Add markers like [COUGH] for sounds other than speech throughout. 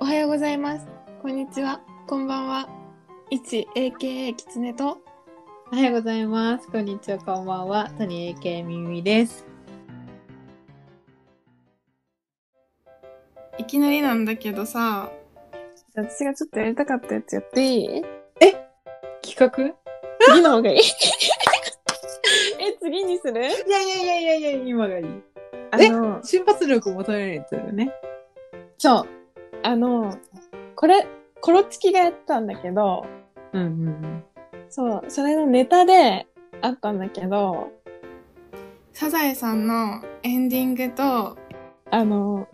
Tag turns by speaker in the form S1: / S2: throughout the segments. S1: おはようございます。こんにちは。こんばんは。一 AKA キツネと
S2: おはようございます。こんにちは、こんばんは。谷 AK みみです。
S1: いきなりなんだけどさ、私がちょっとやりたかったやつやっていい
S2: 企画
S1: 次の方 [LAUGHS] がいいえ、次にする
S2: いやいやいやいやいや、今がいい。
S1: あ
S2: え
S1: の、
S2: 瞬発力を求めるやつだよね。
S1: そう。あの、これ、コロチキがやったんだけど、
S2: うんうん
S1: そう、それのネタであったんだけど、サザエさんのエンディングと、あの、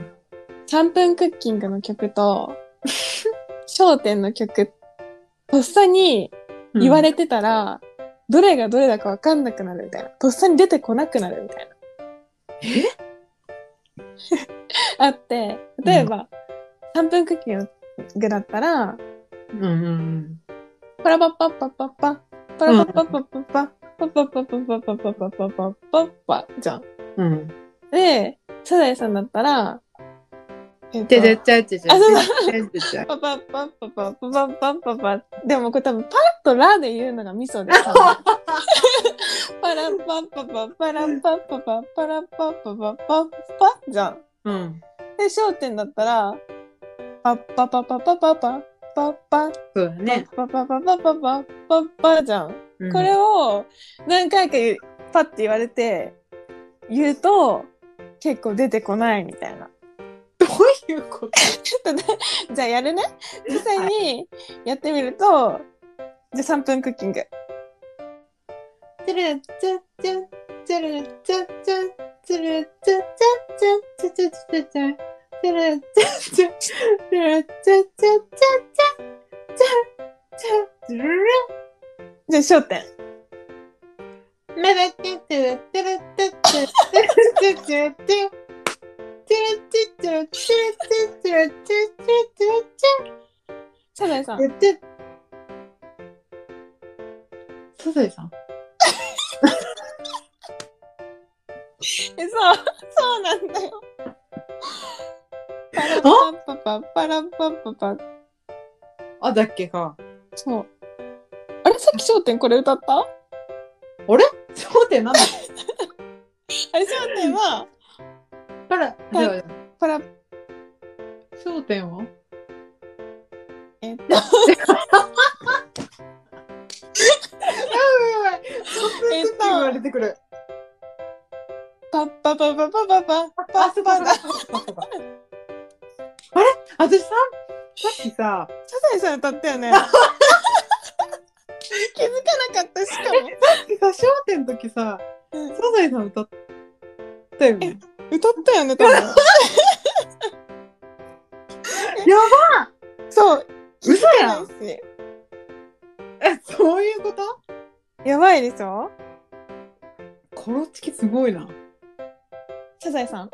S1: 3分クッキングの曲と、笑点の曲、とっさに
S2: うん。
S1: 言われてたら、どれがどれだかわかんなくなるみたいな。とっさに出てこなくなるみたいな。え [LAUGHS] あって、例えば、3分クッキングだったら、
S2: うんうんうん。
S1: パラパッパッパッパッパパラパッパッパッパッパパッパッパッパッパッパッパッパッパッパッパじゃん。
S2: うん。
S1: で、サザエさんだったら、えっ
S2: ちゃちゃちゃちゃちゃ。
S1: あそう
S2: ちゃちゃちゃ。
S1: パパッパッパッパッパッパッパッパッパッでもこれ多分パラッとラで言うのがミソでさ。パラッパッパッパッパラッパッパッパッパラッパッパッパッパッパじゃん。
S2: うん。
S1: で、焦点だったら、パッパパパパパパパッパッ
S2: そうだね。
S1: パパパパパパパッパじゃん。
S2: うん
S1: これを何回か言うパッて言われて言うと結構出てこないみたいな。
S2: どういうこと
S1: ちょっとね、じゃあやるね。実際にやってみると、じゃあ3分クッキング。
S2: チュルチュチュチュルチュチュチュルチュチュチュチュチュチュチュチュルチュチュチュチュチュチュチュチュチュチュチュル
S1: じゃあ焦点。
S2: メレテテレテレテテテテテテテチュルチュチュルチュルチュチュルチュチュチ
S1: サザエさん
S2: ュ。チュチュサザエさん
S1: え、そう、そうなんだよ。パラッパッパッパラッパッパッパッ。
S2: あだっけか
S1: そう。あれさっき焦点これ歌った
S2: そうだよなんだ
S1: あれ焦点は、
S2: から
S1: パラ、
S2: 焦点は
S1: えっ
S2: [LAUGHS]
S1: と、
S2: やばいやばい。突言われてくる。
S1: パッパパパパパパパパ
S2: そう
S1: パ
S2: か
S1: だ。
S2: そうかそうかあれ私さ、さっきさ、
S1: サザエさん歌ったよね。 [LAUGHS] 気づかなかった、しかも。
S2: さっきさ、笑点の時さ、
S1: うん
S2: サザエさん歌ったよね。
S1: 歌ったよね、
S2: [LAUGHS]
S1: 多分。
S2: や
S1: そう。
S2: 嘘やん
S1: 気づかないし
S2: ばえ、そういうこと
S1: やばいでしょ
S2: コロチキすごいな。
S1: サザエ [LAUGHS] さん。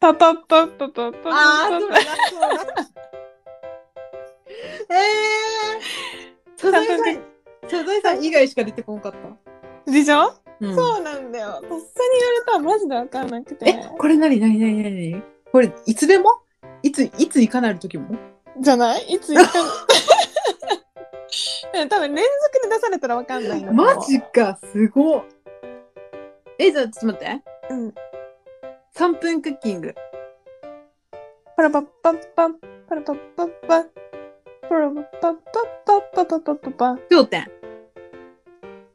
S1: パパパパパパパ
S2: あー、そう
S1: パ
S2: [LAUGHS] だな、そうだな。えー、サザエさん、サザエさん以外しか出てこなかった。
S1: パでしょ、
S2: そう
S1: そうなんだよ。とっさに言われたらマジでわかんなくて。
S2: え、これ何何何何何これ、いつでもいつ、いついかなる時も
S1: じゃないいつ言ったのでも [LAUGHS] 多分連続で出されたらわかんないんだと思う
S2: マジか、すごっ。え、じゃあ、ちょっと待って。
S1: うん。
S2: 3分クッキング。
S1: パラパッパッパン、パラパッパッパン、パラパッパッパッパッパッパッパッパッ
S2: 焦点。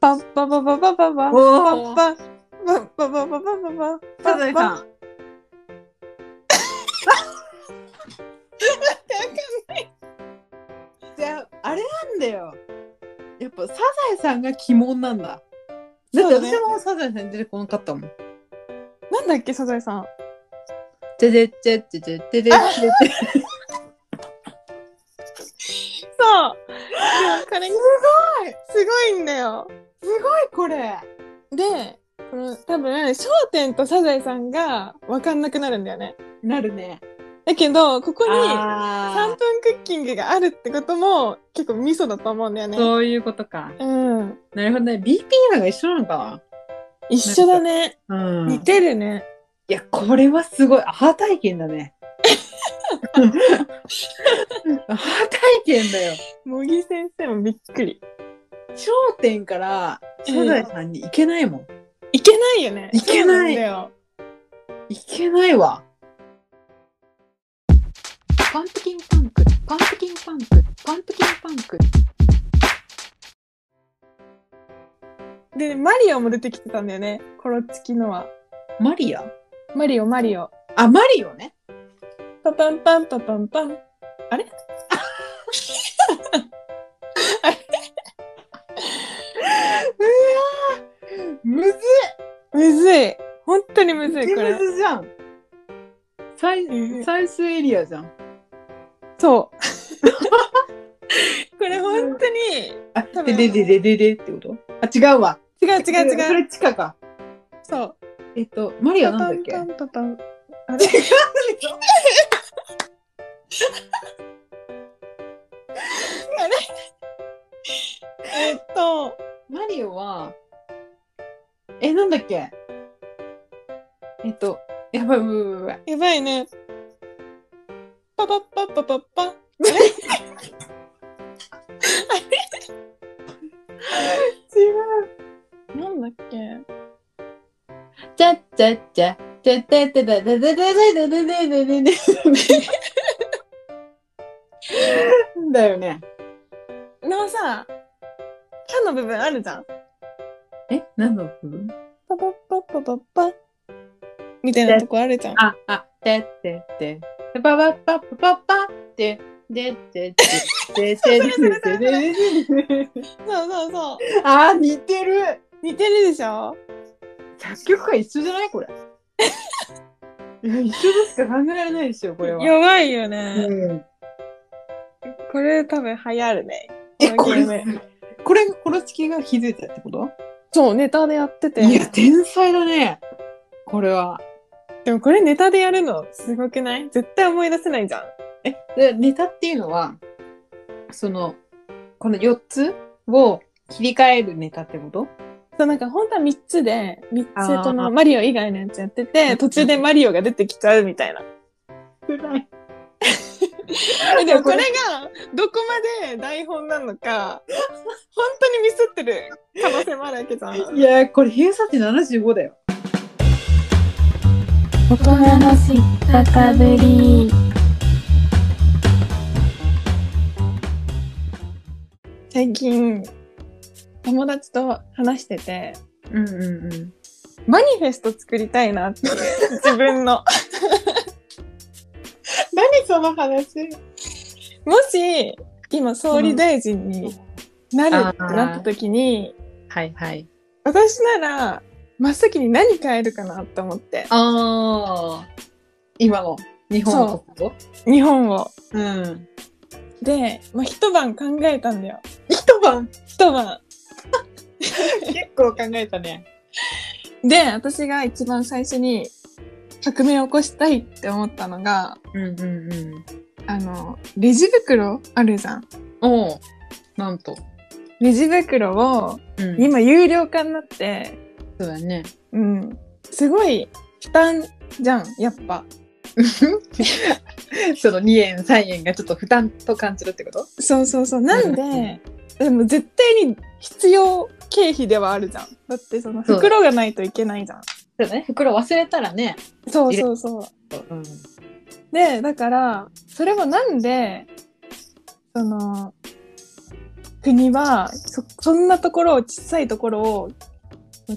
S1: パン、パンパンパンパンパンパンパン
S2: おー
S1: パンパンパンパンパンパンパンパン
S2: サザエさん。じゃあ、あれなんだよ。やっぱサザエさんが鬼門なんだ。だって
S1: そうね
S2: 私もサザエさんに出てこなかったもん。
S1: なんだっけサザエさん。
S2: じゃじゃじゃじゃじゃじゃじゃじゃじゃ
S1: そうでもこれすごいすごいんだよ
S2: これ。
S1: で、この多分、焦点とサザエさんがわかんなくなるんだよね。
S2: なるね。
S1: だけど、ここに3
S2: あ
S1: 分クッキングがあるってことも結構ミソだと思うんだよ
S2: ー
S1: ね。
S2: そういうことか。
S1: うん。
S2: なるほどね。BPM が一緒なのか
S1: 一緒だね。
S2: な。うん。
S1: 似てるね。
S2: いや、これはすごい。アハ体験だ [LAUGHS] ね。アハ体験だよ。
S1: 茂木先生もびっくり。
S2: 頂点からサザエさんに行けないもん。
S1: いけないよね。
S2: いけない
S1: そうなんだよ。
S2: 行けないわ。パンプキンパンク、パンプキンパンク、パンプキンパンク。
S1: で、マリオも出てきてたんだよね。コロチキのは。
S2: マリア
S1: マリオ、マリオ。
S2: あ、マリオね。
S1: パパンパンパパンパン。あ
S2: [LAUGHS]
S1: れあれ
S2: むず
S1: むずい。本当にむずい、これ
S2: む。ずじゃん。最
S1: うん
S2: 最終エリアじゃん。 [LAUGHS]
S1: そう。これ本当に、
S2: あ、
S1: 多
S2: で
S1: 分
S2: でででででってことあ、違うわ。
S1: 違う違う
S2: そ
S1: 違う。
S2: れ地下か。
S1: そう。
S2: えっと、マリアなんだっけ
S1: パンパンパンパン。あれえっと、
S2: マリオは、え、なんだっけえっと、やばい、やばい、やばいやばい。
S1: やばいね。パパッパッパパッパ。あれ違う。なんだっけ
S2: ちゃっちゃっちゃ、ちゃってってだだだだだだだだだだだ。だよね。
S1: のさ、歯の部分あるじゃん。
S2: え、何の部分
S1: パパッパッパパッパ。みたいなとこあるじゃん。
S2: あ、あ、てってって。パパパパパパって、でってって、でってってで。
S1: そうそうそう。
S2: あ、似てる
S1: 似てるでしょ
S2: 作曲が一緒じ
S1: [LAUGHS]
S2: ゃないこれ。いや、一緒ですか考えられないですよ、これは。
S1: やばいよね。
S2: うん、
S1: これ多分流行るね。
S2: え、こ
S1: このゲ
S2: れ、これ、コロチキが気づいたってこと
S1: そう、ネタでやってて。
S2: いや、天才だね。これは。
S1: でもこれネタでやるのすごくない絶対思い出せないじゃん。
S2: え、でネタっていうのは、その、この4つを切り替えるネタってこと
S1: そう、なんか本当は3つで、3つと
S2: あー
S1: もマリオ以外のやつやって
S2: う
S1: て、
S2: ん
S1: 途中でマリオが出てきちゃうみたいな。
S2: 辛い。
S1: え [LAUGHS] でもこれがどこまで台本なのか、 [LAUGHS] 本当にミスってる可能性もあるわけじゃん。
S2: いやー、これ偏差値75だよ。
S3: 大人の知ったかぶり
S1: 最近、友達と話してて、
S2: うんうんうん。
S1: マニフェスト作りたいなって [LAUGHS] いう、自分
S3: [LAUGHS]
S1: の。
S2: 何その話
S1: もし、今総理大臣になるってなった時に、
S2: はいはい。
S1: 私なら、真っ先に何変えるかなと思って、
S2: あー。今の日本のこと
S1: 日本を。
S2: うん。
S1: で、まあ、一晩考えたんだよ。
S2: 一晩
S1: 一晩。
S2: 結構考えたね。
S1: で、私が一番最初に革命を起こしたいって思ったのが、
S2: うんうんうん。
S1: あの、レジ袋あるじゃん。
S2: おうなんと。
S1: レジ袋を、
S2: うん
S1: 今有料化になって、
S2: そうだね。
S1: うん、すごい負担じゃん、やっぱ。
S2: その2円3円がちょっと負担と感じるってこと
S1: そうそうそう。なん
S2: うん
S1: で、でも絶対に必要経費ではあるじゃん。だってその
S2: そう
S1: 袋がないといけないじゃん。
S2: そうだね。袋忘れたらね。
S1: そうそうそう。
S2: うん。
S1: で、だから、それはなんで、その、国はそ、そんなところを、小さいところを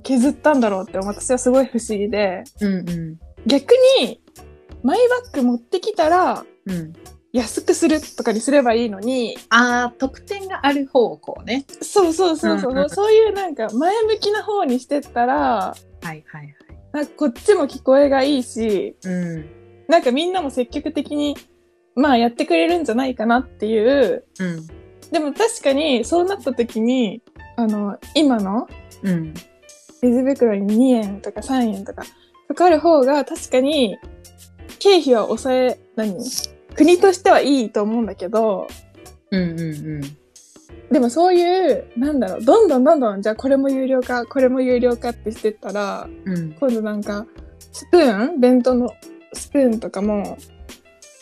S1: 削ったんだろうって私はすごい不思議で、
S2: うんう
S1: 逆に、マイバッグ持ってきたら、
S2: ん。うん。
S1: 安くするとかにすればいいのに、
S2: ああ、得点がある方向ね。
S1: そうそうそうそう、
S2: うんうん
S1: そういうなんか前向きな方にしてったら、
S2: はいはいはい。
S1: なんかこっちも聞こえがいいし、
S2: うん。
S1: なんかみんなも積極的に、まあやってくれるんじゃないかなっていう
S2: うん。
S1: でも確かにそうなった時にあの今の
S2: うん。
S1: レジ袋に2円とか3円とかかかる方が確かに経費は抑え、何国としてはいいと思うんだけど、
S2: うんうんうん。
S1: でもそういう、なんだろう、どんどんどんどん、じゃあこれも有料化、これも有料化ってしてったら、
S2: うん、
S1: 今度なんか、スプーン弁当のスプーンとかも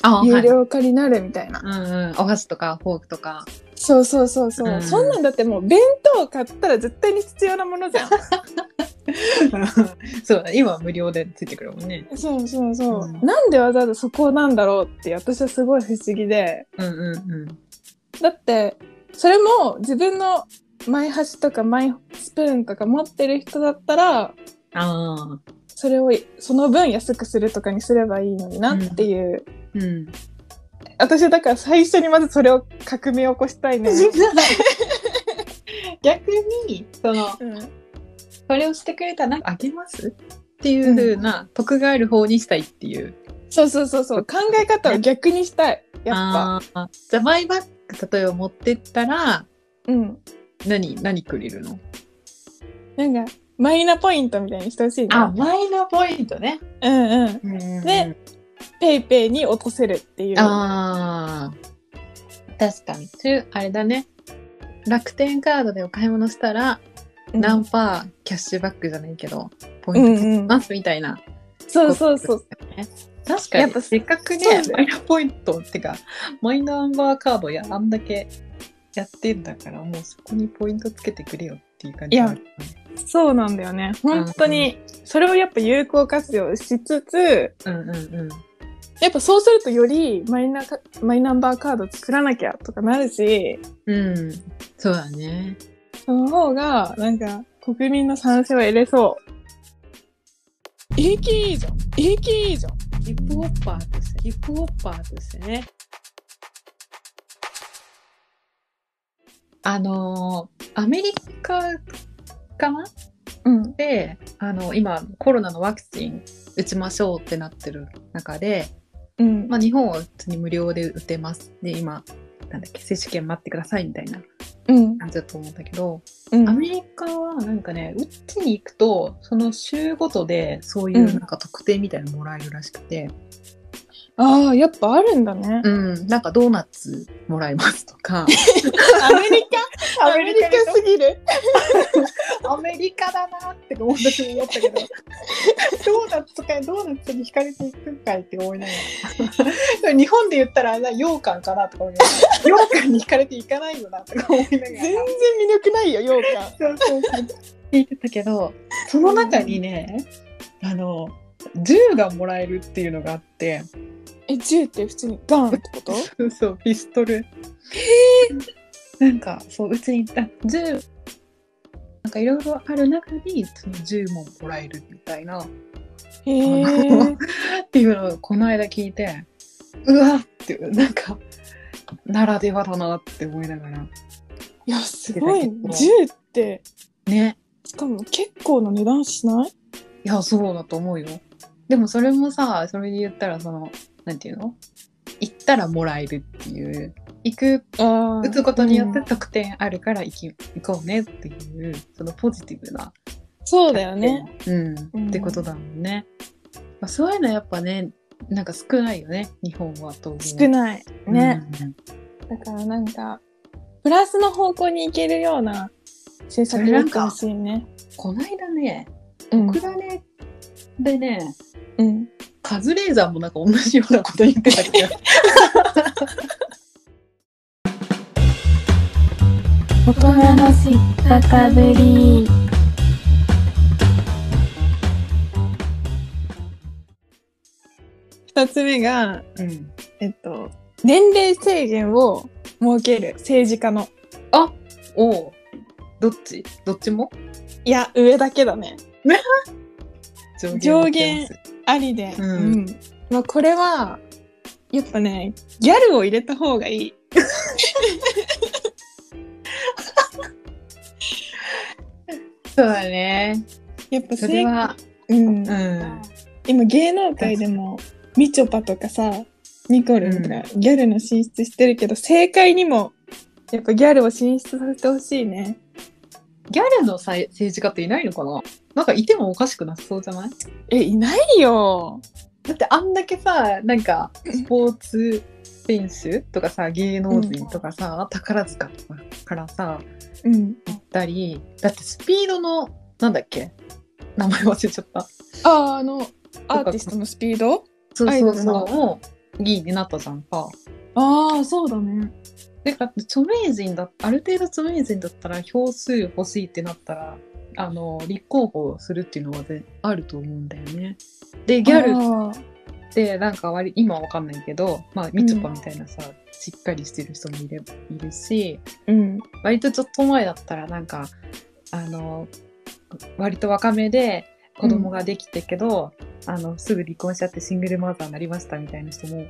S2: あ
S1: 有料化になるみたいな。
S2: はい、うんうん。お箸とかフォークとか。
S1: そうそうそうそう。
S2: うん
S1: そんなんだってもう弁当買ったら絶対に必要なものじゃん。
S2: [LAUGHS] そうだ、今は無料でついてくるもんね。
S1: そうそうそう。
S2: うん
S1: なんでわざわざそこなんだろうって私はすごい不思議で。
S2: うんうんうん。
S1: だって、それも自分の前箸とか前スプーンとか持ってる人だったら、
S2: ああ。
S1: それをその分安くするとかにすればいいのになっていう。
S2: うん。
S1: 私だから最初にまずそれを革命を起こしたい
S2: [LAUGHS]
S1: ね。
S2: 逆に、その、
S1: うん、
S2: それをしてくれたら、なんかあげますっていう風な、得がある方にしたいっていう。
S1: そうそうそうそう。考え方を逆にしたい。やっぱ。
S2: あーじゃあ、マイバッグ、例えば持ってったら、
S1: うん。
S2: 何、何くれるの
S1: なんか、マイナポイントみたいにしてほしいな。
S2: マイナポイントね。
S1: うんうん。で、ペイペイに落とせるっていう。
S2: ああ。確かに。それ、あれだね。楽天カードでお買い物したら、
S1: うん
S2: 何パーキャッシュバックじゃないけど、ポイントつきますみたいな。
S1: そうそうそう。
S2: 確かに。
S1: やっぱ
S2: せっかくね
S1: そうだ、よ
S2: マイナポイントってか、マイナンバーカードやあんだけやってんだから、もうそこにポイントつけてくれよっていう感
S1: い
S2: じ
S1: や
S2: あるよね。
S1: そうなんだよね。本当に、それをやっぱ有効活用しつつ、
S2: うんうんうん。
S1: やっぱそうするとよりマイナカマイナンバーカード作らなきゃとかなるし、
S2: うん。そうだね。
S1: その方が、なんか、国民の賛成を得れそう。AK いいじゃん !AK いいじゃん
S2: ヒップホッパーとして、ヒップホッパーとしてね。あのーアメリカかな
S1: うん。
S2: で、あの、今、コロナのワクチン打ちましょうってなってる中で、
S1: うん。
S2: まあ、日本は普通に無料で打てます。で、今、なんだっけ、接種券待ってくださいみたいな
S1: うん。
S2: 感じだと思うんだけど、
S1: うん
S2: アメリカはなんかね、打ちに行くと、その週ごとでそういうなんか特典みたいなのもらえるらしくて、
S1: ああ、やっぱあるんだね。
S2: うん、なんかドーナツもらえますとか、
S1: [LAUGHS] アメリカア
S2: [LAUGHS] ア
S1: メ
S2: メ
S1: リ
S2: リ
S1: カ
S2: カ
S1: すぎる。
S2: アメリカだなって私も思ったけ [LAUGHS] ど、ドーナツとかドーナツに惹かれていくんかいって思いながら。日本で言ったらな羊羹かなとか思いながら、羊羹に惹かれていかないよなとか思いなが
S1: 全然魅力ないよ、羊羹。
S2: そうそうそう。聞いてたけど、その中にね、あの、銃がもらえるっていうのがあって、
S1: え、銃って普通にガンって [LAUGHS] こと
S2: そうそう、ピストル。なんか、そう、うちに行った銃、なんかいろいろある中に、その銃ももらえるみたいな、っ
S1: へえ。
S2: ていうのをこの間聞いて、うわっていう、なんか、ならではだなって思いながら。
S1: いや、すごい。銃
S2: 出てたけど
S1: って、
S2: ね。
S1: しかも結構な値段しない
S2: いや、そうだと思うよ。でもそれもさ、それで言ったら、その、なんていうの行ったらもらえるっていう。行く、
S1: あ
S2: 打つことによって得点あるから行き、行こうねっていう、そのポジティブな。
S1: そうだよね。。
S2: うん。
S1: うん
S2: ってことだもんね。まあ、そういうのやっぱね、なんか少ないよね、日本は当然。
S1: 少ない。ね。
S2: うん。
S1: だからなんか、プラスの方向に行けるような政策になってほしいね。
S2: こないだね、
S1: うん
S2: ク。ラネでね、
S1: うん。
S2: カズレーザーもなんか同じようなこと言ってた
S3: [LAUGHS]
S2: けど。
S3: 大人の知ったかぶり
S1: 二つ目が、
S2: うん。
S1: えっと、年齢制限を設ける政治家の。
S2: おうどっちどっちも
S1: いや、上だけだね。
S2: 上
S1: 上限ありで。
S2: うん
S1: うんまあ、これは、やっぱね、ギャルを入れた方がいい。
S2: そうだね
S1: やっぱ
S2: それは
S1: うん
S2: う。ん
S1: 今芸能界でもみちょぱとかさニコルンとかギャルの進出してるけど、正解にもやっぱギャルを進出させてほしいね
S2: ギャルのさい政治家っていないのかななんかいてもおかしくなさそうじゃない
S1: えいないよ
S2: だってあんだけさなんかスポーツ選手とかさ芸能人とかさ、宝塚とかからさ
S1: うん。
S2: 行ったりだってスピードのなんだっけ名前忘れちゃった
S1: あー、あの、アーティストのスピード
S2: そう
S1: アイ
S2: そ
S1: ド
S2: う
S1: ル
S2: そ
S1: の
S2: うもう議員になったじゃんか。
S1: ああ、そうだね。
S2: でか著名人だある程度著名人だったら票数欲しいってなったらあの立候補するっていうのはねあると思うんだよね。でギャル
S1: ル。
S2: ってなんか割り今はわかんないけど、まあ、みちょぱみたいなさ、しっかりしてる人もいれいるし
S1: うん。
S2: 割とちょっと前だったらなんかあの割と若めで子供ができてけど、あのすぐ離婚しちゃってシングルマザーになりましたみたいな人も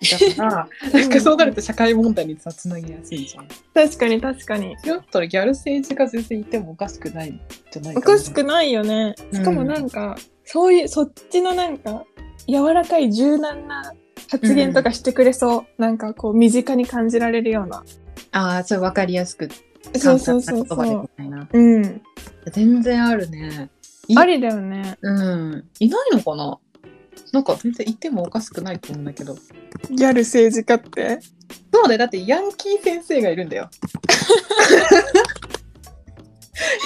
S2: いた [LAUGHS] からなんかそうなると社会問題にさつなぎやすいじゃん。
S1: 確かに確かに。
S2: だったらギャル政治家全然いてもおかしくないんじゃない
S1: おかしくないよね。
S2: うん
S1: しかもなんか、そういう、そっちのなんか、柔らかい柔軟な発言とかしてくれそう。なんかこう、身近に感じられるような。
S2: ああ、ちょっとわかりやすく。
S1: そうそうそう
S2: 簡単な言葉で
S1: そ
S2: みたいな。
S1: う。うん。
S2: 全然あるね。
S1: ありだよね。
S2: うん。いないのかななんか全然いてもおかしくないと思うんだけど。
S1: ギャル政治家って。
S2: そうね、だってヤンキー先生がいるんだ [LAUGHS] よ。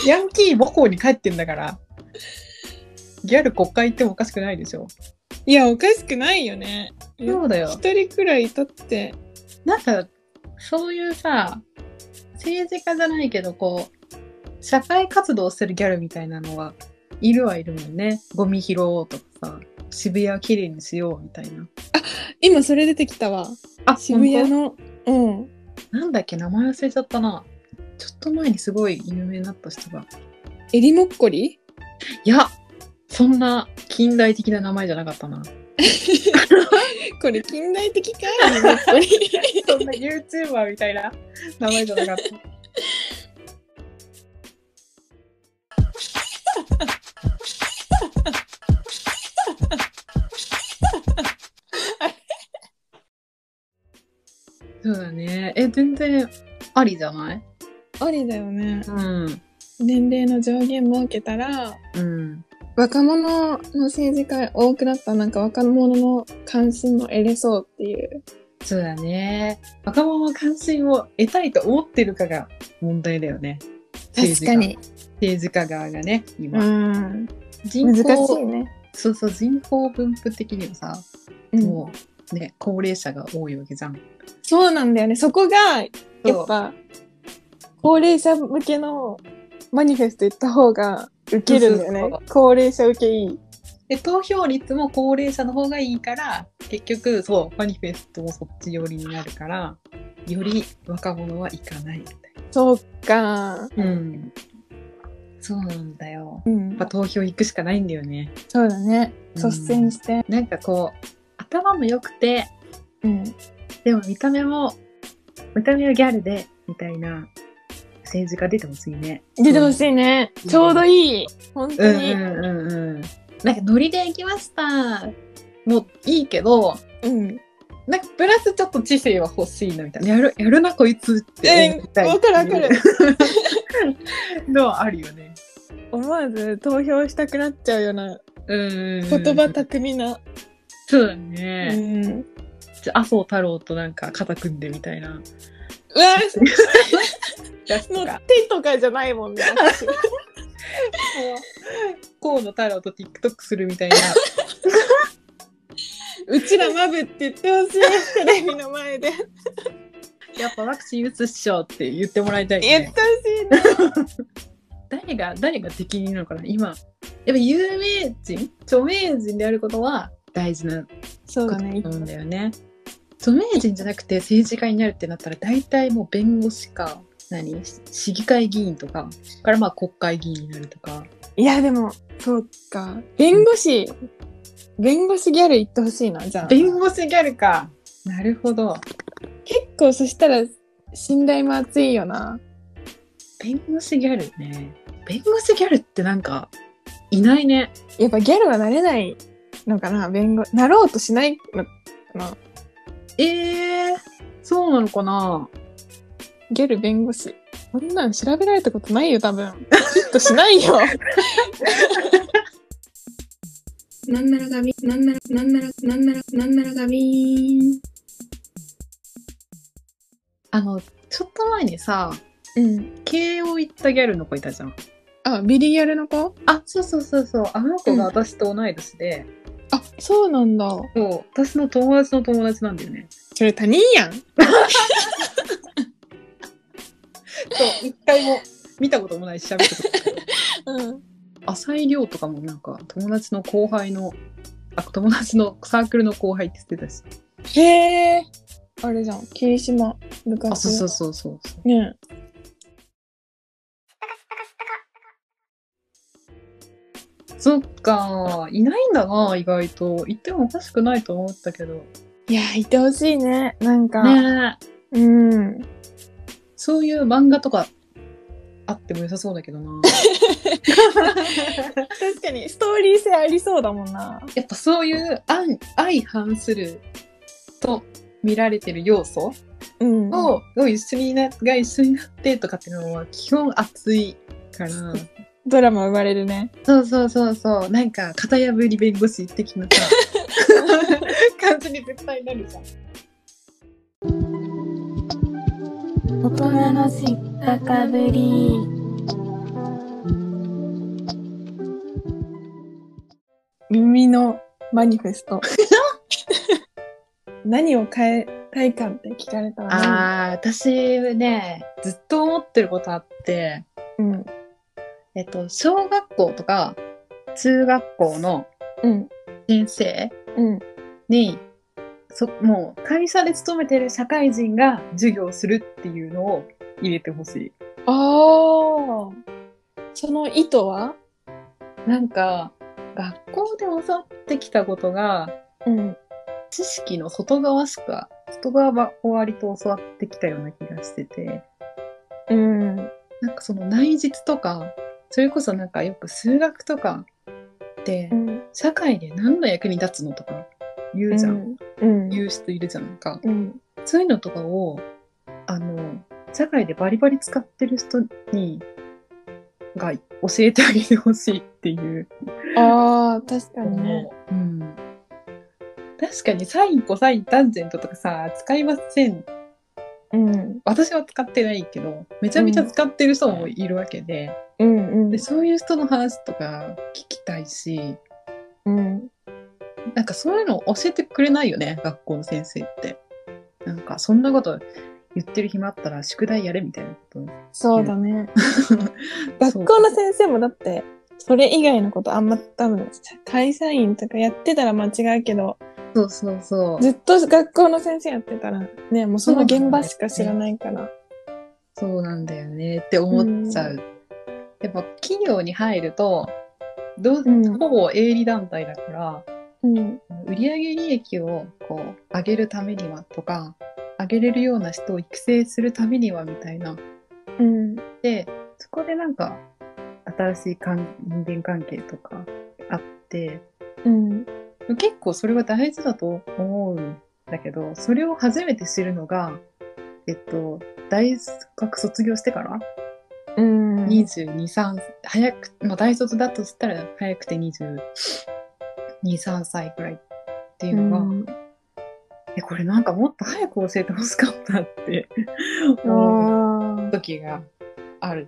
S2: ヤンキー母校に帰ってんだから。ギャル国会行ってもおかしくないでしょ。
S1: いや、おかしくないよね。
S2: そうだよ
S1: 一人くらいいたって。
S2: なんか、そういうさ、政治家じゃないけど、こう、社会活動するギャルみたいなのが、いるはいるもんね。ゴミ拾おうとかさ、渋谷をきれいにしようみたいな。
S1: 今それ出てきたわ。
S2: あ、
S1: 渋谷の。うん。
S2: なんだっけ、名前忘れちゃったな。ちょっと前にすごい有名になった人が。
S1: 襟もっこり
S2: いや、そんな近代的な名前じゃなかったな。
S1: これ近代的か襟もっこり。
S2: そんな YouTuber みたいな名前じゃなかった。そうだね。え、全然ありじゃない
S1: [LAUGHS] ありだよね。
S2: うん。
S1: 年齢の上限設けたら、
S2: うん。
S1: 若者の政治家多くなったらなんか若者の関心も得れそうっていう。
S2: そうだね。若者の関心を得たいと思ってるかが問題だよね。政治家。政治家側がね、
S1: う
S2: 今。
S1: ん。
S2: 人
S1: 難
S2: 口
S1: しいね。
S2: そうそう人口分布的にはさ、
S1: うん、
S2: もうね高齢者が多いわけじゃん。
S1: そうなんだよね。そこが、やっぱ、高齢者向けのマニフェスト行った方が受けるんだよ
S2: そう
S1: ね
S2: そう。
S1: 高齢者受けいい。
S2: で投票率も高齢者の方がいいから結局そうマニフェストもそっち寄りになるからより若者はいかないみたい
S1: そうか。
S2: な。うん、そうなんだよ。
S1: うん
S2: やっぱ投票行くしかないんだよね。
S1: そうだね。
S2: うん
S1: 率先して。
S2: なんかこう頭も良くて
S1: うん。
S2: でも見た目も見た目はギャルでみたいな政治家出てほしいね。
S1: 出てほしいね。
S2: うん
S1: ちょうどいい。本
S2: う
S1: 当
S2: ん
S1: に。
S2: うんうんうん。なんかノリで行きましたもういいけど、
S1: うん。
S2: なんかプラスちょっと知性は欲しいなみたいな。やる、やるなこいつって
S1: え
S2: 思いたい。
S1: わかるわかる。
S2: のはあるよね。
S1: 思わず投票したくなっちゃうような
S2: うん。
S1: 言葉巧みな。
S2: そうだ
S1: う
S2: ね。
S1: ん。う
S2: じゃあ麻生太郎となんか肩組んでみたいな。
S1: わ
S2: やつ
S1: も
S2: と
S1: う
S2: か。
S1: 手とかじゃないもんね。
S2: [LAUGHS]
S1: 私
S2: 河野太郎と TikTok するみたいな。
S1: うちらマブって言ってほしい。テレビの前 [LAUGHS] で。
S2: [LAUGHS] やっぱワクチン打つっしょって言ってもらいたい、
S1: 言っ
S2: ね。
S1: てほしいね。
S2: 誰が、誰が適任なのかな今。やっぱ有名人著名人であることは大事な
S1: そうだね。
S2: うんだよね。著名人じゃなくて政治家になるってなったら大体もう弁護士か何し市議会議員とかからまあ国会議員になるとか
S1: いや、でも、そうか。弁護士、弁護士ギャル言ってほしいな、じゃあ。
S2: 弁護士ギャルかなるほど
S1: 結構、そしたら、信頼も厚いよな。
S2: 弁護士ギャルね弁護士ギャルってなんかいないね
S1: やっぱギャルはなれないのかな、弁護、なろうとしないのかな。
S2: えー、そうなのかな
S1: ギャル弁護士。こんなん調べられたこと [LAUGHS] ないよ、多分。ヒットしないよ。なんならがびなんならなんならなんならなんならがびーん
S2: あの、ちょっと前にさ、
S1: うん
S2: 慶応行ったギャルの子いたじゃん。
S1: あビリギャルの子
S2: あ、そうそうそうそう。あの子が私と同い年で、
S1: あそうなんだ
S2: もう私の友達の友達なんだよね。
S1: それ他人やん
S2: そう、一回も見たこともないし、喋ったこともない。
S1: うん
S2: [LAUGHS] 浅井亮とかもなんか友達の後輩の、あ、友達のサークルの後輩って言ってたし。
S1: へえあれじゃん霧島昔の
S2: あ、そうそうそうそうそう。
S1: ねえ
S2: そっか、いないんだな、意外と。行ってもおかしくないと思ったけど。
S1: いやいてほしいねなんか、
S2: ねえ
S1: うん
S2: そういう漫画とかあっても良さそうだけど [LAUGHS] な。
S1: 確かにストーリー性ありそうだもんな
S2: やっぱそういう相相反すると見られてる要素
S1: うん
S2: を、を一緒になが一緒になってとかっていうのは基本熱いから。
S1: ドラマ生まれるね
S2: そうそうそうそう。なんか、型破り弁護士的なさ、 [LAUGHS] 感じに絶対なるじゃん。
S3: 大人の知ったかぶり
S1: 耳のマニフェスト何を変えたいかって聞かれたら何
S2: ああ、私ね、ずっと思ってることあって、
S1: うん
S2: えっと、小学校とか中学校の
S1: うん
S2: 先生
S1: うん
S2: にそもう会社で勤めてる社会人が授業するっていうのを入れてほしい。
S1: ああその意図は
S2: なんか学校で教わってきたことが
S1: うん
S2: 知識の外側しか外側を割と教わってきたような気がしてて
S1: うん
S2: なんかその内実とかそれこそなんかよく数学とかって
S1: うん
S2: 社会で何の役に立つのとか言うじゃん、
S1: うん
S2: 言う人いるじゃんなんか。
S1: うん
S2: そういうのとかを、あの、社会でバリバリ使ってる人に、が教えてあげてほしいっていう。
S1: ああ確かにね
S2: うん。確かにサイン、コサイン、タンジェントとかさ、使いません。
S1: うん
S2: 私は使ってないけど、めちゃめちゃ使ってる人もいるわけで、
S1: うんうん
S2: でそういう人の話とか聞きたいし、
S1: うん
S2: なんかそういうの教えてくれないよね、学校の先生って。なんか、そんなこと言ってる暇あったら宿題やれみたいなこと
S1: そうだね
S2: そう
S1: [LAUGHS] 学校の先生もだってそれ以外のことあんま多分会社員とかやってたら間違うけど
S2: そうそうそう。
S1: ずっと学校の先生やってたらねもうその現場しか知らないから
S2: そうなんだよねって思っちゃう。やっぱ企業に入ると、どう
S1: うん
S2: ほぼ営利団体だから、
S1: うん
S2: 売上利益をこう上げるためにはとか、上げれるような人を育成するためにはみたいな。
S1: うん
S2: で、そこでなんか、新しいかん人間関係とかあって、
S1: うん
S2: 結構それは大事だと思うんだけど、それを初めて知るのが、えっと、大学卒業してから
S1: うん
S2: 22、3早く、まあ、大卒だとしたら早くて22、3歳くらいっていうのが、
S1: うん
S2: え、これなんかもっと早く教えてほしかったって思う
S1: あ
S2: 時がある、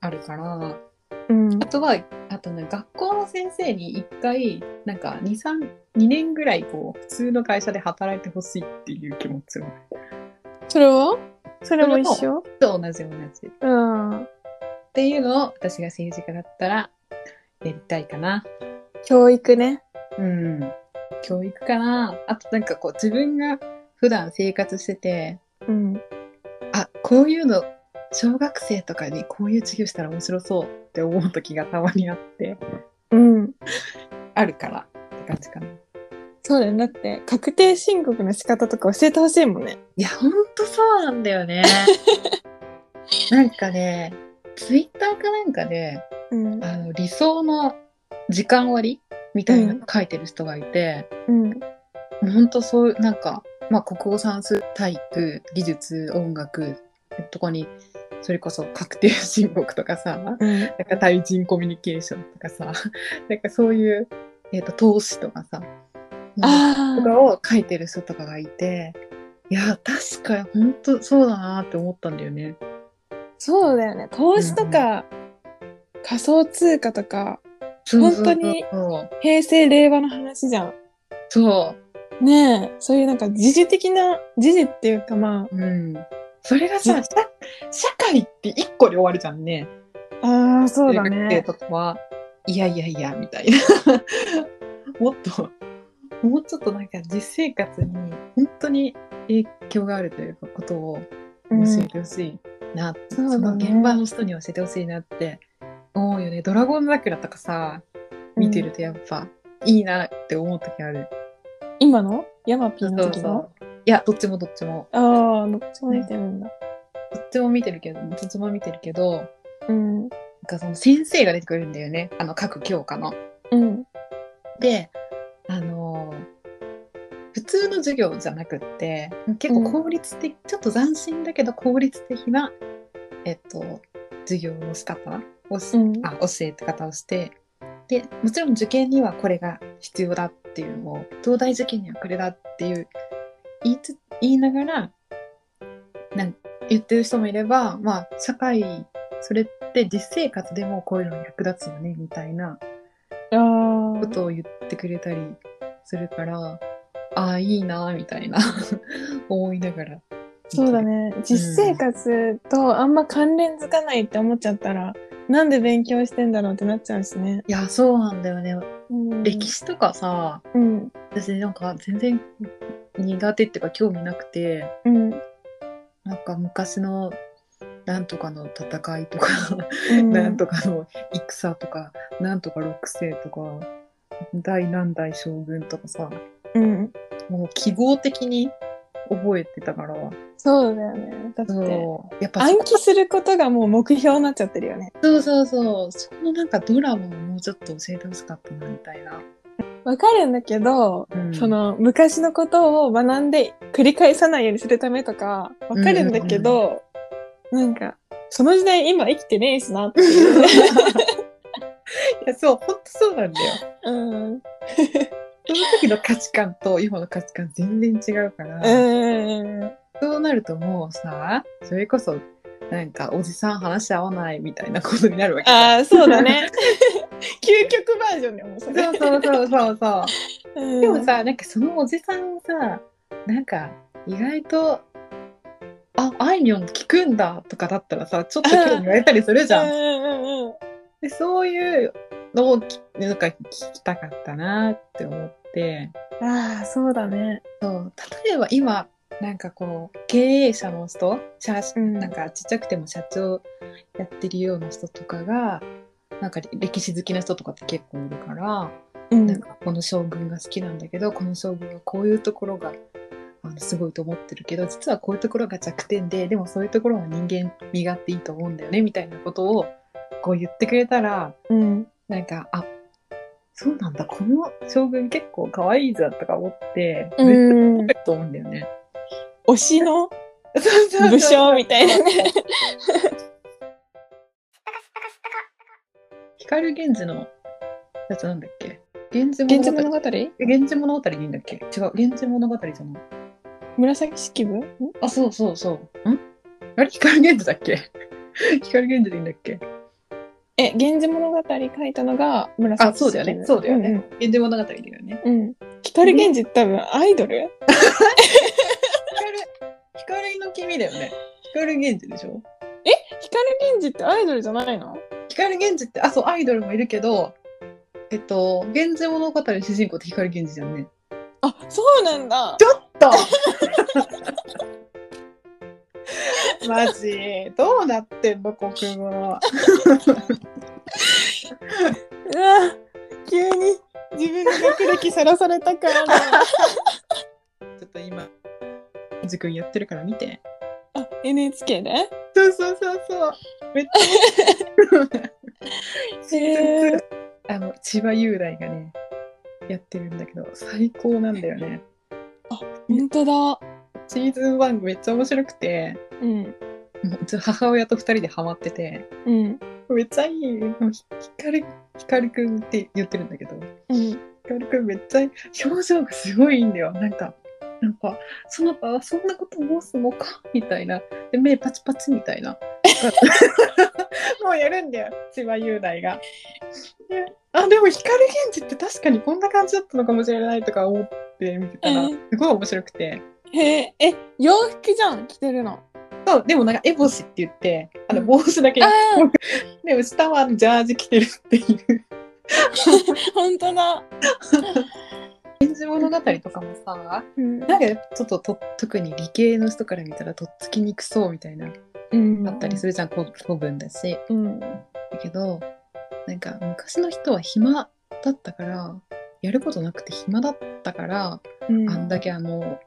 S2: あるから、
S1: ーうん
S2: あとは、あとね、学校の先生に一回、なんか2、3、2年ぐらいこう、普通の会社で働いてほしいっていう気持ちは、
S1: それはそれも一緒
S2: と同じ同じ。
S1: うん
S2: っていうのを私が政治家だったらやりたいかな。
S1: 教育ね
S2: うん。教育かな。あとなんかこう自分が普段生活してて、
S1: うん
S2: あ、こういうの小学生とかにこういう授業したら面白そうって思う時がたまにあって、
S1: うん
S2: あるからって感じかな。い
S1: そうだよねだって確定申告の仕方とか教えてほしいもんね
S2: や、ほんとそうなんだよね。 [LAUGHS] なんかね、ツイッターかなんかで、
S1: うん
S2: あの理想の時間割みたいなの書いてる人がいて、
S1: うん
S2: ほんとそういう、なんか、まあ、国語算数、体育、技術、音楽、とこに、それこそ確定申告とかさ、なん
S1: うん
S2: [LAUGHS] か対人コミュニケーションとかさ、なんかそういうえっ、と、投資とかさ、
S1: あ
S2: とかを書いてる人とかがいて、いや、確かに本当そうだなって思ったんだよね。
S1: あ、そうだよね。投資とか、仮想通貨とか、
S2: そうそうそう
S1: 本当に。平成、令和の話じゃん。
S2: そ
S1: ねえ、そういうなんか時事的な、時事っていうかま
S2: う。うん。それが
S1: う
S2: さ、
S1: ん
S2: 社社会って一個で終わるじゃんね。
S1: あ、ああ、そうだ
S2: 中学生
S1: ね。
S2: とかは、いやいやいや、みたいな。 [LAUGHS] もっと、もうちょっとなんか実生活に本当に影響があるというかことを
S1: う
S2: 教え
S1: ん、
S2: てほしいなって、
S1: そうだ
S2: そ
S1: ね
S2: の現場の人に教えてほしいなって思うよね。ドラゴン桜とかさ、見てるとやっぱ、いいなって思う時ある。
S1: 今のヤマピーの時
S2: そ
S1: の
S2: うそういや、どっちもどっちも。
S1: ああ、どっちも見てるんだ。
S2: どっちも見てるけど、どっちも見てるけど、なん
S1: うん。
S2: かその先生が出てくるんだよね。あの、各教科の。
S1: うん。
S2: で、あのー普通の授業じゃなくって、結構効率的、ちょっと斬新だけど効率的な、えっと、授業の仕方をし、
S1: うん
S2: あ教えて方をして、で、もちろん受験にはこれが必要だっていうのを、東大受験にはこれだっていう言いつ言いながら、なん言ってる人もいれば、まあ、社会、それって実生活でもこういうのに役立つよね、みたいな。
S1: ああ
S2: こ、とを言ってくれたりするから、ああ、いいな、みたいな [LAUGHS] 思いながら。
S1: そうだ。ね。実生活とあんま関連づかないって思っちゃったら、なんで勉強してんだろうってなっちゃうしね。
S2: いや、そうなんだよね。
S1: うん、
S2: 歴。史とかさ、
S1: うん。
S2: 私なんか全然苦手っていうか興味なくて、
S1: うん。
S2: なんか昔のなんとかの戦いとか、
S1: うん
S2: なんとかの戦とか、なんとか六世とか、大何代将軍とかさ、
S1: うん。
S2: もう記号的に覚えてたから、
S1: そうだよね。だって、
S2: そう、やっぱそ
S1: 暗
S2: こ
S1: 記することがもう目標になっちゃってるよね。
S2: そうそうそう。そこのなんかドラマをもうちょっと教えてほしかったな、みたいな。
S1: わかるんだけど、
S2: うん
S1: その昔のことを学んで繰り返さないようにするためとか、わかるんだけど、なんか、その時代今生きてねえしなっていう。
S2: いや、そう、ほんとそうなんだよ。
S1: うん。うん
S2: その時の価値観と今の価値観全然違うから、
S1: うんうん。
S2: そうなるともうさ、それこそ、なんかおじさん話合わないみたいなことになるわけじゃん
S1: ああ、そうだね。究極バージョンだよ、もうそれ。
S2: そうそうそうそうそう。
S1: うん
S2: でも、さ、なんかそのおじさんをさ、なんか意外と、あ、あいみょん聞くんだとかだったらさ、ちょっと興味言われたりするじゃん
S1: う。んうんうん。
S2: でそういうのをきなんか聞きたかったなって思って
S1: ああ、そうだね。
S2: そう例えば今なんかこう経営者の人社、
S1: うん
S2: なんかちっちゃくても社長やってるような人とかがなんか歴史好きな人とかって結構いるから、
S1: う
S2: なん。かこの将軍が好きなんだけどこの将軍はこういうところがあのすごいと思ってるけど実はこういうところが弱点ででもそういうところも人間身勝手いいと思うんだよねみたいなことをこう言ってくれたら
S1: うん。
S2: なんか、あ、そうなんだ、この将軍結構可愛いじゃんとか思って、
S1: う
S2: 絶
S1: ん
S2: 対可愛いと思うんだよね。
S1: 推しの
S2: そうそうそう
S1: 武将みたいな
S2: [LAUGHS]
S1: ね。
S2: 光源氏のやつなんだっけ源氏
S1: 源氏
S2: 物
S1: 物
S2: 語。
S1: 語
S2: 源氏物語でいいんだっけ違う、源氏物語じゃない。
S1: 紫式部ん
S2: あ、そうそうそう。んあれ光源氏だっけ [LAUGHS] 光源氏でいいんだっけ
S1: え、源氏物語書いたのが
S2: あ、
S1: 紫
S2: そ
S1: 式部。
S2: うだよね。そうだよね。。源氏物語だよね。
S1: うん。うん光源氏って多分アイドル
S2: 光、光の君だよね。光源氏でしょ
S1: 光源氏ってアイドルじゃないの
S2: 光源氏って、あ、そう、アイドルもいるけど、えっと、源氏物語の主人公って光源氏じゃんね。
S1: あ、そうなんだ。
S2: [LAUGHS] マジどうなってんの国語は。
S1: うわ、急に自分の学歴さらされた
S2: [LAUGHS]
S1: からな。
S2: ちょっと今じくんやってるから見て。
S1: あ、NHK で
S2: そうそうそうそう。めっちゃ。
S1: へー
S2: [LAUGHS] あの千葉雄大がねやってるんだけど最高なんだよね。
S1: 本当だ。
S2: シーズン1めっちゃ面白くて、
S1: うん。
S2: もううちの母親と二人でハマってて、
S1: うん。
S2: めっちゃいい。もうひ光光くんって言ってるんだけど、
S1: うん。
S2: るくんめっちゃ表情がすごいいいんだよ。なんか、なんか、その場はそんなこと申すのかみたいな。で、目パチパチみたいな。 [LAUGHS] もうやるんだよ、千葉雄大が。であ、でも光源氏って確かにこんな感じだったのかもしれないとか思って見てたら、
S1: うん
S2: すごい面白くて。
S1: へえ、え、洋服じゃん、着てるの。
S2: そう、でもなんかエボシって言って、あ
S1: う
S2: の
S1: ん
S2: 帽子だけ
S1: あ、あ、
S2: でも下はジャージ着てるっていう。
S1: [LAUGHS] 本当だ。
S2: 源氏物語とかもさ、
S1: うん
S2: なんかやっぱちょっとと特に理系の人から見たらとっつきにくそうみたいな
S1: うん
S2: あったりするじゃん、こ古文だし。
S1: うん。
S2: だけどなんか昔の人は暇だったからやることなくて暇だったから、
S1: うん。
S2: あんだけあの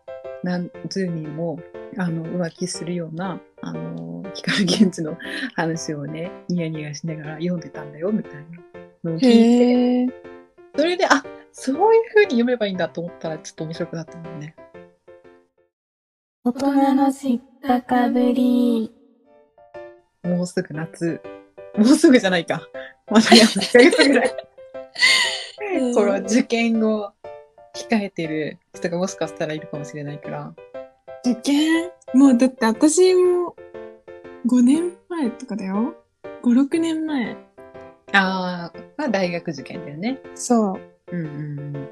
S2: 何十人もあの浮気するようなあの光源氏の [LAUGHS] 話をねニヤニヤしながら読んでたんだよみたいなのを聞いて
S1: へえ。
S2: それであそういう風に読めばいいんだと思ったらちょっと面白くなったもんね。
S3: 大人の知ったかぶり。
S2: もうすぐ夏。もうすぐじゃないか。まだや1ヶ月ぐらい。
S1: うん
S2: この受験を控えてる人がもしかしたらいるかもしれないから。
S1: 受験もうだって私も5年前とかだよ。5、6年前。
S2: ああ、まあ大学受験だよね。
S1: そう。
S2: うんうんうん。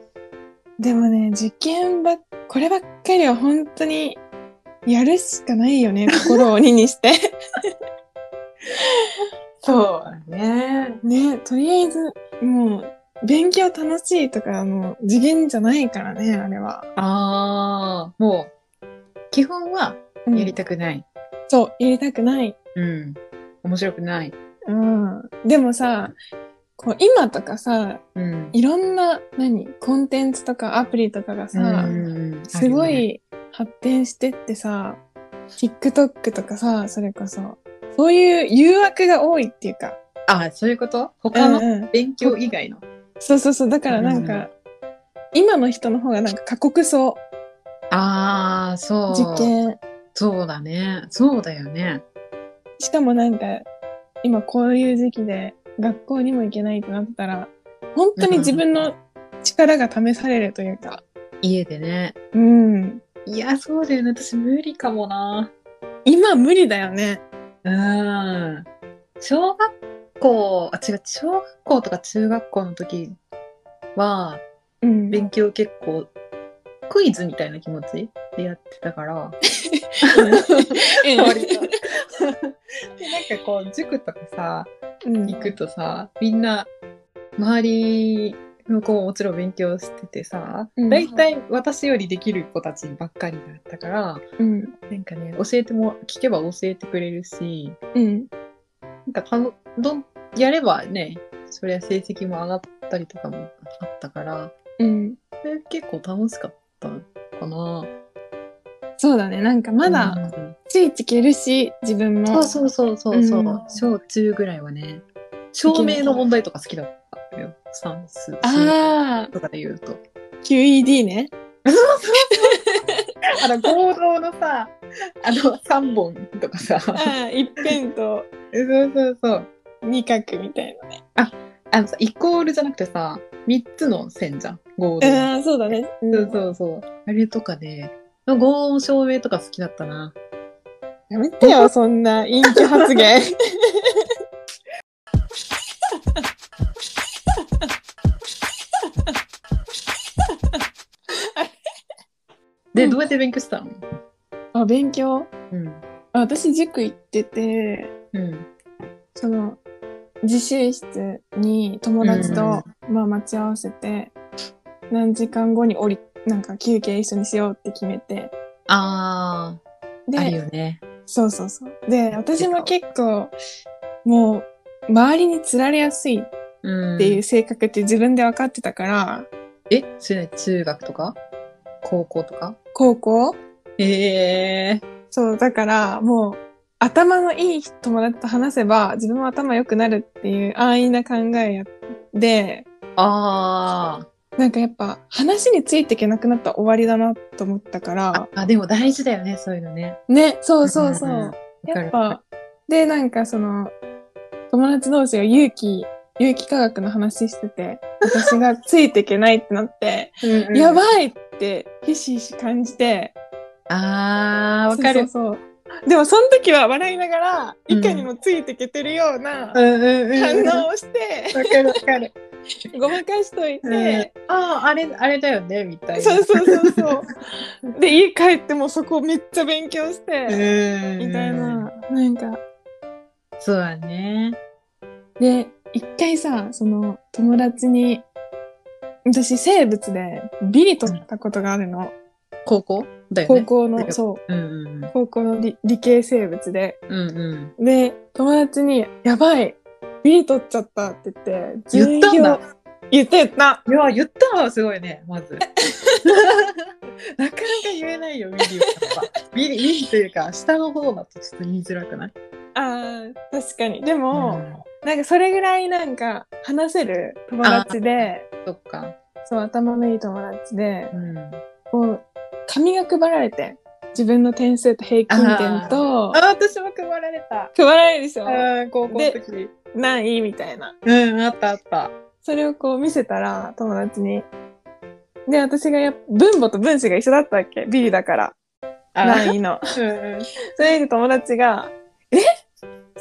S1: でもね、受験ばっ、こればっかりは本当にやるしかないよね。心を鬼にして。
S2: そうね。
S1: [LAUGHS] ね、とりあえず、もう、勉強楽しいとか、もう、次元じゃないからね、あれは。
S2: ああ、もう、基本は
S1: うん
S2: やりたくない。
S1: そう、やりたくない。
S2: うん。面白くない。
S1: うん。でもさ、こう、今とかさ、
S2: うん。
S1: いろんな、何、コンテンツとかアプリとかがさ、
S2: うん
S1: すご
S2: あるよね
S1: い発展してってさ、TikTok とかさ、それこそ、そういう誘惑が多いっていうか。
S2: ああ、そういうこと他の
S1: うんうん
S2: 勉強以外の。
S1: そうそうそう、だからなんか、
S2: うんうん
S1: 今の人の方がなんか過酷そ、
S2: ああ、そうう。
S1: 受験。
S2: そうだね。そうだよね。
S1: しかもなんか、今こういう時期で学校にも行けないってなったら、本当に自分の力が試されるというか、
S2: 家でね。
S1: うん。
S2: いや、そうだよね。私無理かもな。
S1: 今無理だよね。
S2: うん。小学校、あ、違う、小学校とか中学校の時は、
S1: うん。
S2: [LAUGHS] 勉強結構、クイズみたいな気持ちでやってた [LAUGHS] から、割とで、なんかこう、塾とかさ、
S1: うん
S2: 行くとさ、みんな、周りの子ももちろん勉強しててさ、
S1: うん
S2: 大体私よりできる子たちばっかりだったから、
S1: うん。
S2: なんかね、教えても、聞けば教えてくれるし、
S1: うん。
S2: なんかたの、どん、やればね、そりゃ成績も上がったりとかもあったから、
S1: うん。
S2: それ結構楽しかったかな。
S1: そうだね。なんかまだ、
S2: うん
S1: ついていけるし、自分も。
S2: そうそうそうそうそう、
S1: うん
S2: 小中ぐらいはね、証明の問題とか好きだったよ。算数、
S1: ああ、
S2: とかで言うと。
S1: QED ね。
S2: あの、合同のさ、あの、3本とかさ。そう
S1: ああ、一辺と
S2: そうそう。
S1: 二角みたいなね。
S2: あのさ、イコールじゃなくてさ、3つの線じゃん、合同の。
S1: ああ、そうだね。うん
S2: そうそうそう。あれとかね、合音照明とか好きだったな。
S1: やめてよ、そんな陰気発言。
S2: で、
S1: うん
S2: どうやって勉強したの
S1: [LAUGHS] あ、勉強
S2: うん。
S1: あ私、塾行ってて、
S2: うん。
S1: その、自習室に友達と、まあ、待ち合わせて、何時間後に降り、なんか休憩一緒にしようって決めて。
S2: あ
S1: で、
S2: ー、あるよね。
S1: そうそうそう。で、私も結構、もう、周りに釣られやすいっ
S2: うん。
S1: ていう性格って自分で分かってたから、
S2: え、それ中学とか高校とか
S1: 高校
S2: ええー。
S1: そう、だから、もう、頭のいい友達と話せば、自分も頭良くなるっていう安易な考えやで、
S2: あー
S1: なんかやっぱ、話についていけなくなったら終わりだなと思ったから、
S2: あ。でも大事だよね、そういうのね。
S1: ね、そうそうそ
S2: んんんわ
S1: う。
S2: か
S1: や
S2: る
S1: っぱ、で、なんかその、友達同士が勇気有機化学の話してて、私がついていけないってなって、
S2: うんうん
S1: やばいってひしひし感じて、
S2: あー、わかる。
S1: そうそうそうでもその時は笑いながら、
S2: うん
S1: いかにもついていけてるような
S2: うんうんうん。
S1: 反
S2: わ
S1: 応をして、
S2: かるわ [LAUGHS] かる。
S1: ごまかしといて、
S2: うんああ、あれ、あれだよね、みたいな。
S1: そうそうそう
S2: [LAUGHS]
S1: そう。で、家帰ってもそこめっちゃ勉強して、
S2: み
S1: みたいな。。なんか、
S2: そうだね。
S1: で、一回さ、その友達に、私生物でビリ取ったことがあるの。
S2: 高校だよ
S1: 高
S2: ね。
S1: 校
S2: だよ
S1: の、
S2: ね
S1: そう、
S2: うんうん
S1: 高校の理理系生物で。
S2: うん。うんうん。
S1: で、友達に、やばい、ビリ取っちゃったって言って、
S2: 言ったんだ
S1: 授業。言って言った。
S2: いや、言ったのはすごいね、まず。 [LAUGHS] なかなか言えないよ、ミリは。ミリ、ミリというか、下の方だとちょっと言いづらくない
S1: ああ、確かに。でも、なんかそれぐらいなんか話せる友達で、
S2: うんそっか。
S1: そう、頭のいい友達で、
S2: うん。
S1: こう、紙が配られて、自分の点数と平均点と、
S2: あ、私も配られた。
S1: 配られるでしょ
S2: うん、高校の時。
S1: ないみたいな。
S2: うん、あったあった。
S1: それをこう見せたら、友達に。で、私がやっ分母と分子が一緒だったっけビリだから。
S2: あ
S1: ないの。
S2: うんうん。
S1: それで友達が、え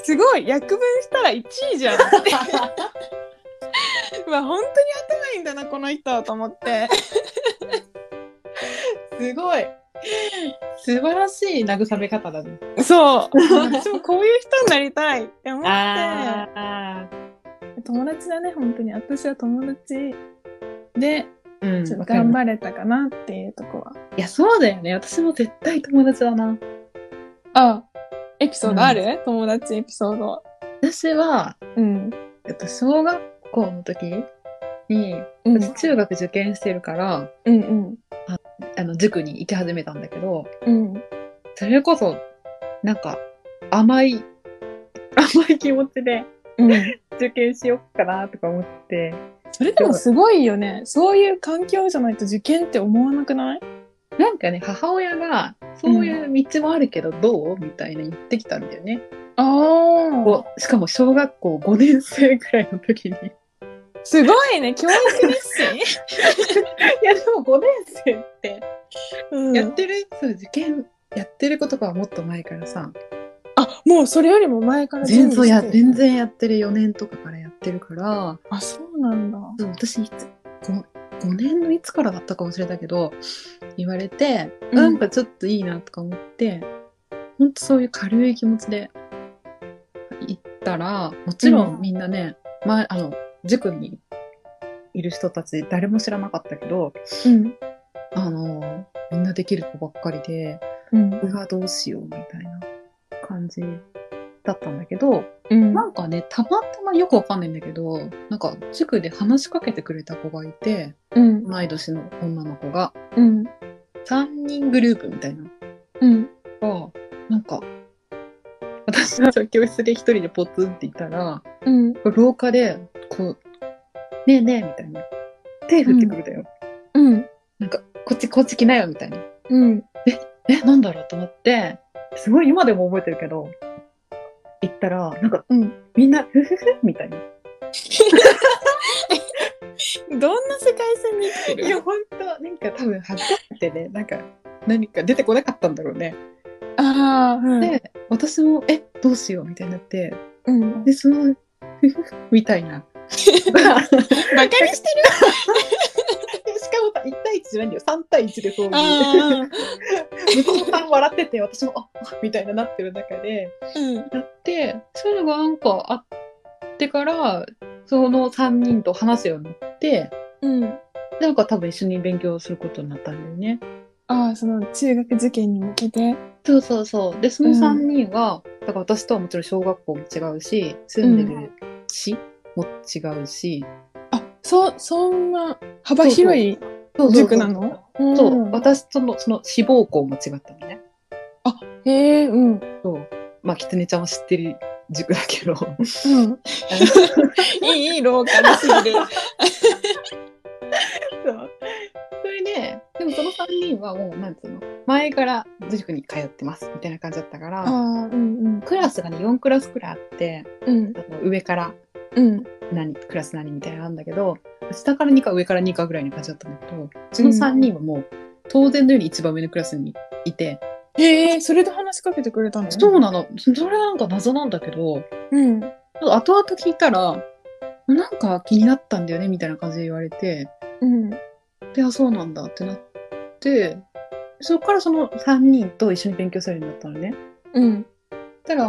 S1: すごい約分したら1位
S2: [LAUGHS]
S1: じゃんって。うわ、本当に頭いいんだな、この人と思って。
S2: すごい。素晴らしい慰め方だね。
S1: そう。私もこういう人になりたいって思って。
S2: あ
S1: 友達だね本当に私は友達で
S2: ー。うん
S1: ちょっと
S2: わ
S1: 頑
S2: かる
S1: 張れたかなっていうとこは、
S2: いや、そうだよね。私も絶対友達だな。
S1: あエピソードある、友達エピソード
S2: 私は、
S1: うん
S2: えっと、小学校の時に、
S1: うん
S2: 私中学受験してるから、
S1: うんうん
S2: あの、塾に行き始めたんだけど、
S1: うん
S2: それこそ、なんか、甘い、 [LAUGHS] 甘い気持ちで
S1: うん、
S2: 受験しよっかなとか思って、
S1: [LAUGHS] それでもすごいよね。そういう環境じゃないと受験って思わなくない
S2: なんかね、母親が、そういう道もあるけど、どうみたいな言ってきたんだよね。
S1: ああ。
S2: こうしかも小学校5年生ぐらいの時 [LAUGHS] に。い
S1: すごいね。教育熱心
S2: や、でも5年生って、
S1: [LAUGHS] うん
S2: やってる、そう、受験、やってることかはもっと前からさ、
S1: あ、もうそれよりも前から
S2: 全然
S1: し
S2: や、
S1: てる
S2: 全。然やってる4年とかからやってるから、
S1: あ、そうなんだ。
S2: そう私いつ 5, 5年のいつからだったか忘れたけど言われて、
S1: うん
S2: なんかちょっといいなとか思ってほんとそういう軽い気持ちで行ったらもちろ
S1: うん
S2: みんなね、まあ、あの塾にいる人たち誰も知らなかったけど
S1: うん。
S2: あのみんなできる子ばっかりで
S1: うん。
S2: うわどうしようみたいな感じだったんだけど
S1: うん
S2: なんかねたまたまよくわかんないんだけどなんか塾で話しかけてくれた子がいて。
S1: うん。
S2: 同い年の女の子が
S1: うん。
S2: 3人グループみたいなの
S1: うん。
S2: がなんか私の教室で一人でポツンっていたら
S1: うん。
S2: 廊下でこう「ねえねえ」みたいな手振ってくれたよ、
S1: うん。
S2: なんか「こっちこっち来なよ」みたいな
S1: うん。
S2: えなんだろうと思ってすごい今でも覚えてるけど行ったらなんか
S1: うん。
S2: みんな「ふふふ」みたいな
S1: どんな世界線に生きてる
S2: いやほんとなんか多分初めてでなんか何か出てこなかったんだろうね、
S1: ああ、うん。
S2: で私も「えどうしよう」みたいになって
S1: うん。
S2: で、その、みたいな。しか
S1: バカにして
S2: もさ、1対1じゃないんだよ。3対1でそういう。
S1: あ
S2: 向こうさん笑ってて、私も、あみたいななってる中で、
S1: うん。
S2: やって、そういうのがなんかあってから、その3人と話すようになって、
S1: うん。
S2: なんか多分一緒に勉強することになったんだよね。
S1: ああ、その中学受験に向けて。
S2: そうそうそう。で、その3人は、だから私とはもちろん小学校も違うし、住んでる市も違うし、
S1: あ、そ、そんな幅広い
S2: そうそう
S1: 塾
S2: そう
S1: なの
S2: そう、
S1: ん
S2: 私とのその志望校も違ったのね。
S1: へえ、うん。う
S2: そう。まあ、きつねちゃんは知ってる塾だ [LAUGHS] けど。
S1: ん。いい、いい廊下ですぎる。
S2: そうそれで、でもその3人はもう、なんつうの、前から塾に通ってますみたいな感じだったか
S1: [LAUGHS] あ
S2: ら、
S1: あ、うんうん。
S2: クラスがね、4クラスくらいあって、
S1: うん。
S2: あの上から
S1: うん。
S2: 何クラス何みたいなのあるんだけど下から2か上から2かぐらいの感じだったんだけどうちの3人はもう当然のように一番上のクラスにいて、
S1: へえ、それで話しかけてくれたの
S2: そうなのそれなんか謎なんだけど
S1: うん。
S2: 後々聞いたらなんか気になったんだよねみたいな感じで言われて
S1: うん。
S2: であそうなんだってなってそこからその3人と一緒に勉強するようになったのね。
S1: うん。
S2: そしたら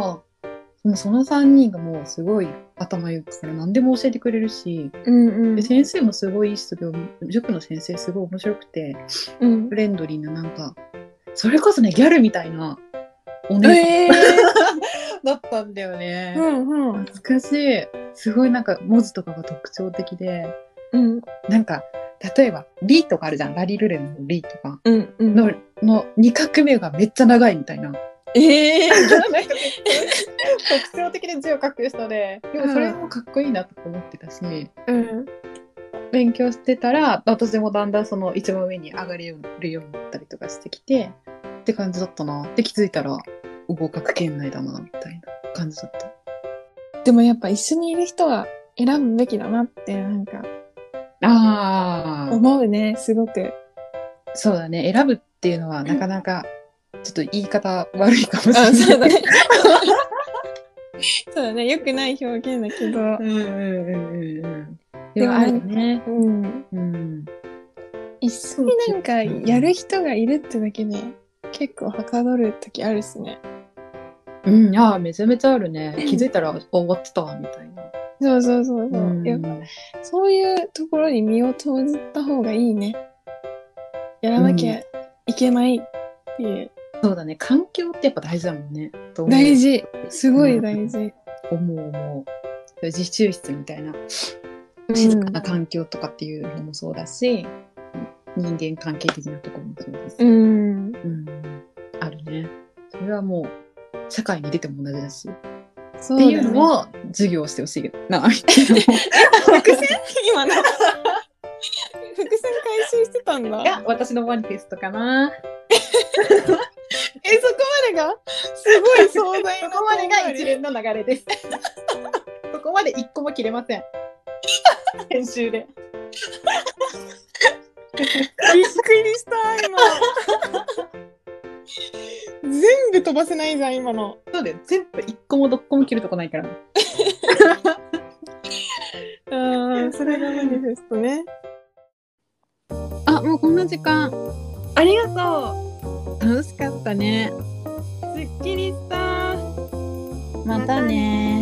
S2: もうその3人がもうすごい頭良くから何でも教えてくれるし、
S1: うん。
S2: で先生もすごいいい人で塾の先生すごい面白くて
S1: うん
S2: フ。レンドリーななんかそれこそねギャルみたいなお姉さん、
S1: ええ。
S2: だったんだよね
S1: う、んうん。
S2: 懐かしいすごいなんか文字とかが特徴的で
S1: うん。
S2: なんか例えば「リ」とかあるじゃんラリルレの「リ」とか
S1: うん。うん。
S2: のの2画目がめっちゃ長いみたいな
S1: ええ。
S2: なんか [LAUGHS] 特徴的で字を書く人ででもそれもかっこいいなとか思ってたし
S1: うん。
S2: 勉強してたら私もだんだんその一番上に上がれるようになったりとかしてきてって感じだったなって気づいたら合格圏内だなみたいな感じだった
S1: でもやっぱ一緒にいる人は選ぶべきだなって、なんか、
S2: あー
S1: 思うね、すごく。
S2: そうだね選ぶっていうのはなかなかちょっと言い方悪いかもしれない
S1: あ、
S2: [LAUGHS]
S1: そうだね。 [LAUGHS] そうだね。良くない表現だけど
S2: う。んうんうんうんうん
S1: で
S2: で
S1: も
S2: も
S1: あ
S2: あ
S1: る
S2: る
S1: よ
S2: よね
S1: うん。
S2: うん
S1: 一緒になんかやる人がいるってだけで、結構はかどる時あるしね。
S2: うん、ああ、めちゃめちゃあるね。気づいたらあ終わってたわ、みたいな。
S1: そうそうそうそう。
S2: うん
S1: やっぱそういうところに身を投じた方がいいね。やらなきゃいけないっていう。
S2: そうだね。環境ってやっぱ大事だもんね。と思う
S1: 大。事。すごい大事。
S2: 思う思う。自習室みたいな、
S1: う
S2: 静
S1: ん
S2: かな環境とかっていうのもそうだし、人間関係的なところもそうだし。
S1: うん。
S2: うん。あるね。それはもう、社会に出ても同じだし。
S1: そ
S2: って
S1: う
S2: い
S1: だ
S2: う
S1: ね。
S2: のを授業してほしい
S1: [LAUGHS]
S2: な、みたいな。
S1: 伏線今の。伏線回収してたんだ。
S2: が私のマニフェストかな。
S1: え、そこまでがすごい壮大な。
S2: ここまでが一連の流
S1: [LAUGHS]
S2: れです。ここまで一個も切れません。編集で。
S1: びっくりした、今。全部飛ばせないじゃん、今の。
S2: そうだよ。全部一個もどっこも切るとこないから。 [LAUGHS]
S1: うん、それがマニフェストね。
S2: あ、もうこんな時間。
S1: ありがと
S2: 楽しかったね。
S1: う。すっきりした。
S2: またね